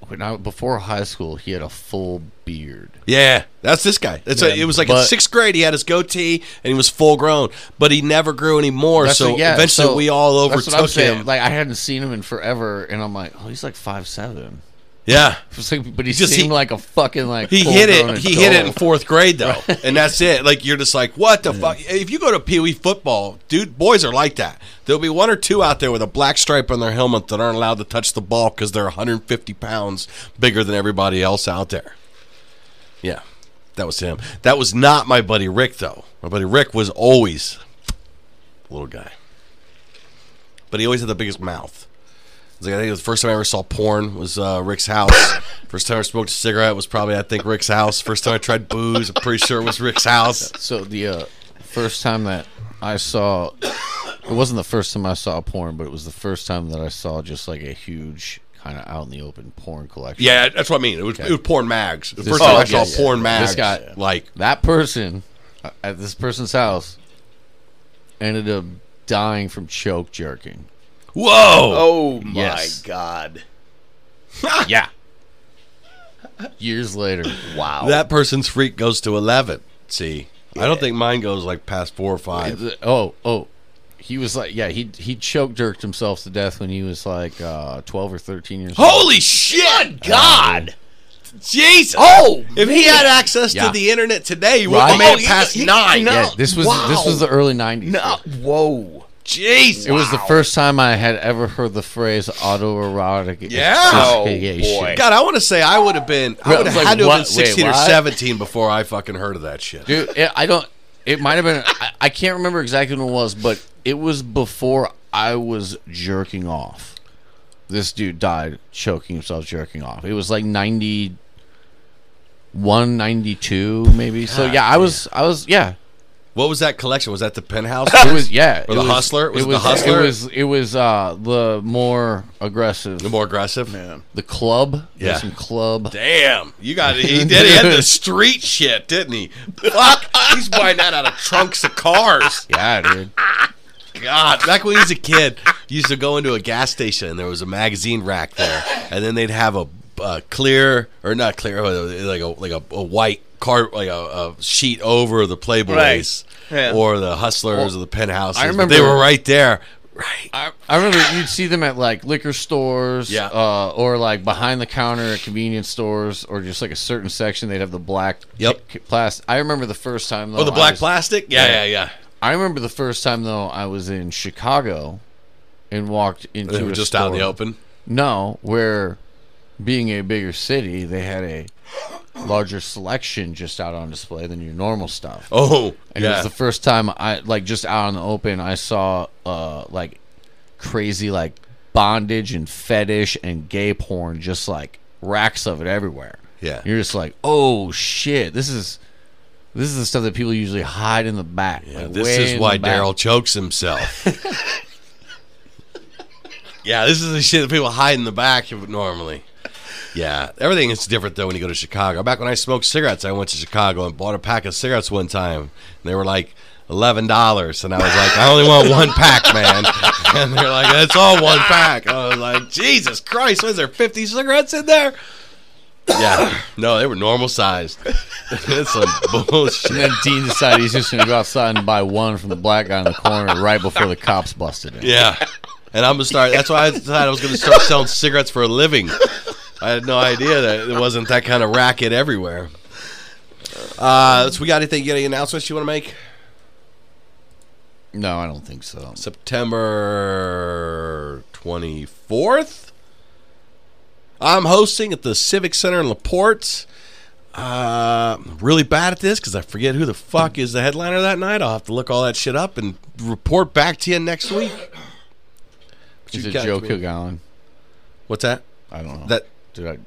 S3: when I before high school, he had a full beard.
S2: Yeah, that's this guy. That's
S3: Yeah,
S2: a, it was like in
S3: but-
S2: sixth grade. He had his goatee and he was full grown, but he never grew anymore.
S3: That's
S2: so
S3: what- yeah,
S2: eventually,
S3: so
S2: we all
S3: that's what I'm
S2: overtook
S3: saying.
S2: him.
S3: Like I hadn't seen him in forever, and I'm like, oh, he's like five seven.
S2: yeah,
S3: But he
S2: Just he-
S3: seemed like a fucking like
S2: He hit
S3: full-grown
S2: it. He hit it in
S3: adult.
S2: fourth grade though, and that's it. Like you're just like, what the fuck? If you go to Pee Wee football, dude, boys are like that. There'll be one or two out there with a black stripe on their helmet that aren't allowed to touch the ball because they're 150 pounds bigger than everybody else out there. Yeah, that was him. That was not my buddy Rick though. My buddy Rick was always a little guy, but he always had the biggest mouth. It's like, I think the first time I ever saw porn was uh, Rick's house. first time I smoked a cigarette was probably I think Rick's house. First time I tried booze, I'm pretty sure it was Rick's house.
S3: So the uh, first time that I saw, it wasn't the first time I saw porn, but it was the first time that I saw just like a huge kind of out in the open porn collection.
S2: Yeah, that's what I mean. It was, it was porn mags. The first
S3: guy-
S2: time I saw
S3: okay, yeah.
S2: porn
S3: This
S2: mags,
S3: guy-
S2: like
S3: that person uh, at this person's house ended up dying from choke jerking.
S2: whoa,
S1: Oh my
S3: Yes.
S1: God.
S3: Yeah. Years later, wow.
S2: that person's freak goes to eleven. See, I don't think mine goes like past four or five.
S3: oh, oh. He was like, yeah, he he choke jerked himself to death when he was like uh, twelve or thirteen years old.
S2: Holy shit, God, Jesus!
S1: Oh,
S2: if he had access
S3: Yeah.
S2: to the internet today, he would
S3: Right.
S2: have made
S3: Oh,
S2: it
S1: he-
S2: past
S1: he-
S2: nine.
S1: no.
S3: Yeah, this was this was
S1: Wow.
S3: the early nineties.
S1: No. Whoa.
S2: Jesus,
S3: It was the first time I had ever heard the phrase autoerotic.
S2: Yeah.
S1: Oh,
S3: asphyxiation.
S1: boy.
S2: God, I want to say I would have been. I
S3: Well,
S2: would have
S3: it's like,
S2: had to have been
S3: what- wait,
S2: sixteen or
S3: what?
S2: seventeen before I fucking heard of that shit.
S3: Dude, it, I don't. It might have been. I, I can't remember exactly when it was, but it was before I was jerking off. This dude died choking himself jerking off. It was like 91, 92 maybe. so yeah, I was. I was. Yeah.
S2: What was that collection? Was that the penthouse?
S3: It was. Yeah.
S2: Or
S3: it
S2: the
S3: was,
S2: Hustler? Was it
S3: it
S2: the
S3: was.
S2: Hustler?
S3: It was. It was uh, the more aggressive.
S2: the more aggressive.
S3: The club. There's
S2: Yeah.
S3: Some club.
S2: Damn, you got he did he had the street shit, didn't he? Fuck, he's buying that out of trunks of cars.
S3: Yeah, dude.
S2: God, back when he was a kid, you used to go into a gas station and there was a magazine rack there, and then they'd have a, uh clear or not clear, uh, like a like a, a white card, like a, a sheet over the Playboys
S1: Yeah.
S2: or the Hustlers or the Penthouses.
S3: I
S2: but
S3: remember-
S2: they were right there. Right.
S3: I, I remember you'd see them at like liquor stores,
S2: Yeah.
S3: uh, or like behind the counter at convenience stores, or just like a certain section. They'd have the black
S2: Yep.
S3: plastic. I remember the first time though.
S2: Oh, the
S3: I
S2: black
S3: was-
S2: plastic. Yeah, yeah, yeah.
S3: I remember the first time though I was in Chicago, and walked into
S2: They were
S3: a
S2: just
S3: store.
S2: out in the open.
S3: No, where being a bigger city, they had a larger selection just out on display than your normal stuff.
S2: Oh,
S3: And it
S2: yeah.
S3: was the first time I like just out in the open I saw uh like crazy like bondage and fetish and gay porn just like racks of it everywhere.
S2: Yeah.
S3: You're just like, "Oh shit, this is This is the stuff that people usually hide in the back.
S2: Yeah,
S3: like,
S2: this
S3: way
S2: is
S3: in
S2: why
S3: the back.
S2: Daryl chokes himself. yeah, this is the shit that people hide in the back of- normally. Yeah, everything is different though when you go to Chicago. Back when I smoked cigarettes, I went to Chicago and bought a pack of cigarettes one time. And they were like eleven dollars, and I was like, I only want one pack, man. And they're like, that's all one pack. I was like, Jesus Christ, was there fifty cigarettes in there? Yeah, no, they were normal sized. it's some bullshit.
S3: And then Dean decided he's just gonna go outside and buy one from the black guy in the corner right before the cops busted him.
S2: Yeah. And I'm gonna start. That's why I decided I was gonna start selling cigarettes for a living. I had no idea that it wasn't that kind of racket everywhere. Uh, so we got anything? You got any announcements you want to make?
S3: No, I don't think so.
S2: September 24th. I'm hosting at the Civic Center in LaPorte. Uh, I'm really bad at this because I forget who the fuck is the headliner that night. I'll have to look all that shit up and report back to you next week. But
S3: Is
S2: you
S3: it
S2: got-
S3: Joe Kilgallen?
S2: What's that?
S3: I don't know.
S2: That
S3: Did I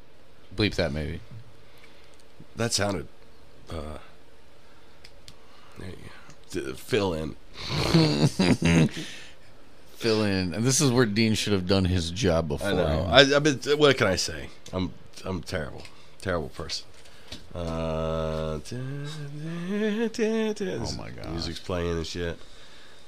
S3: bleep that maybe?
S2: That sounded. Uh, there you go. D- Fill in.
S3: Fill in. And this is where Dean should have done his job before.
S2: I know. I, I mean, what can I say? I'm I'm terrible, terrible person. Uh, oh
S3: my gosh.
S2: Music's playing and shit.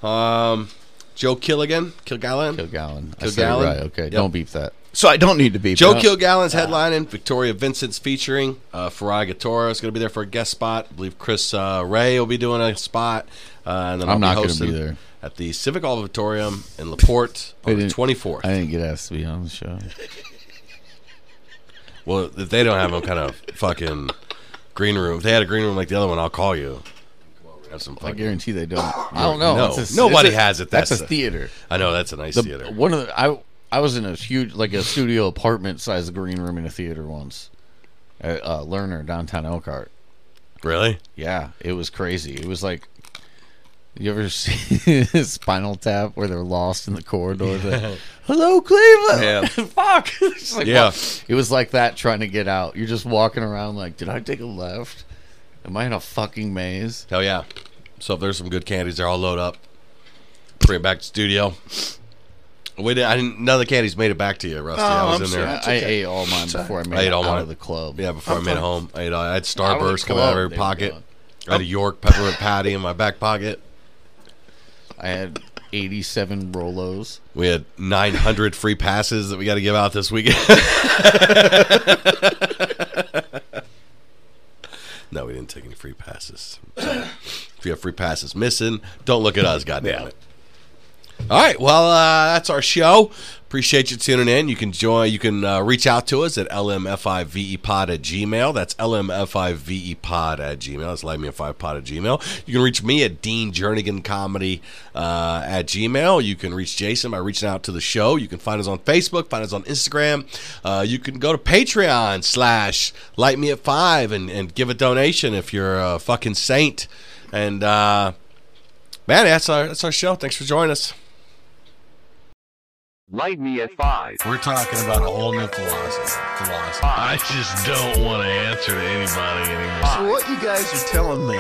S2: Um, Joe Killigan, Kilgallen.
S3: Kilgallen. I said it
S2: Kilgallen?
S3: right. Okay,
S2: Yep.
S3: don't beep that.
S1: So I don't need to be
S2: Joe Kilgallen's headlining. Victoria Vincent's featuring. Uh, Farag Gatora is going to be there for a guest spot. I believe Chris uh, Ray will be doing a spot. Uh, and then
S3: I'm
S2: I'll
S3: not
S2: going
S3: gonna
S2: to
S3: be there.
S2: At the Civic Auditorium in LaPorte
S3: They
S2: on the
S3: didn't-
S2: 24th.
S3: I didn't get asked to be on the show.
S2: well, if they don't have no kind of fucking green room, if they had a green room like the other one, I'll call you. Have some
S3: I
S2: fucking.
S3: guarantee they don't. I don't know.
S2: No.
S3: It's a- it's
S2: Nobody
S3: a-
S2: has it.
S3: That's,
S2: That's
S3: a
S2: the-
S3: theater.
S2: I know that's a nice
S3: The,
S2: theater.
S3: One of the, I I was in a huge like a studio apartment sized green room in a theater once. At uh, Lerner downtown Elkhart.
S2: Really?
S3: Yeah, it was crazy. It was like. You ever see Spinal Tap where they're lost in the corridor? They're like, Hello, Cleveland.
S2: Yeah.
S3: Fuck. It's like,
S2: Yeah.
S3: It was like that trying to get out. You're just walking around like, did I take a left? Am I in a fucking maze?
S2: Hell yeah. So if there's some good candies there, I'll load up. Bring it back to studio. We did, I didn't. None of the candies made it back to you, Rusty. I
S1: Oh,
S2: was
S1: I'm
S2: in there.
S1: sorry.
S3: I, I ate all mine before I made
S2: I ate
S3: it
S2: all
S3: out
S2: mine.
S3: of the club.
S2: Yeah, before i made it home, I had, I had
S3: Out of the
S2: Starburst coming out of
S3: club,
S2: every
S3: they were
S2: pocket.
S3: gone.
S2: I had a York peppermint patty in my back pocket.
S3: I had 87 Rolos.
S2: We had 900 free passes that we got to give out this weekend. no, we didn't take any free passes. So, if you have free passes missing, don't look at us, goddamn it. All right, well, uh, that's our show. Appreciate you tuning in. You can join. You can uh, reach out to us at lmfivepod at gmail. That's lmfivepod at gmail. That's lightmeandfivepod at gmail. You can reach me at Dean Jernigan Comedy uh, at gmail. You can reach Jason by reaching out to the show. You can find us on Facebook. Find us on Instagram. Uh, you can go to Patreon slash Light Me at Five and, and give a donation if you're a fucking saint. And uh, man, that's our that's our show. Thanks for joining us.
S4: Light me at five.
S2: We're talking about a whole new philosophy. philosophy.
S5: I just don't want to answer to anybody anymore.
S1: So what you guys are telling me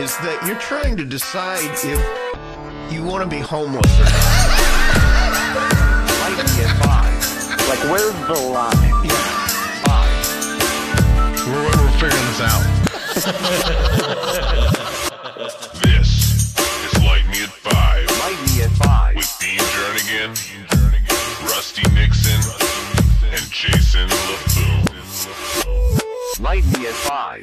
S1: is that you're trying to decide if you want to be homeless or not.
S4: Light me at five. Like where's the line? Five.
S5: We're, we're figuring this out. this is Light Me at 5
S4: Light me at five.
S5: with Dean Jernigan, Rusty Nixon, and Jason LaFoon.
S4: Light me at five.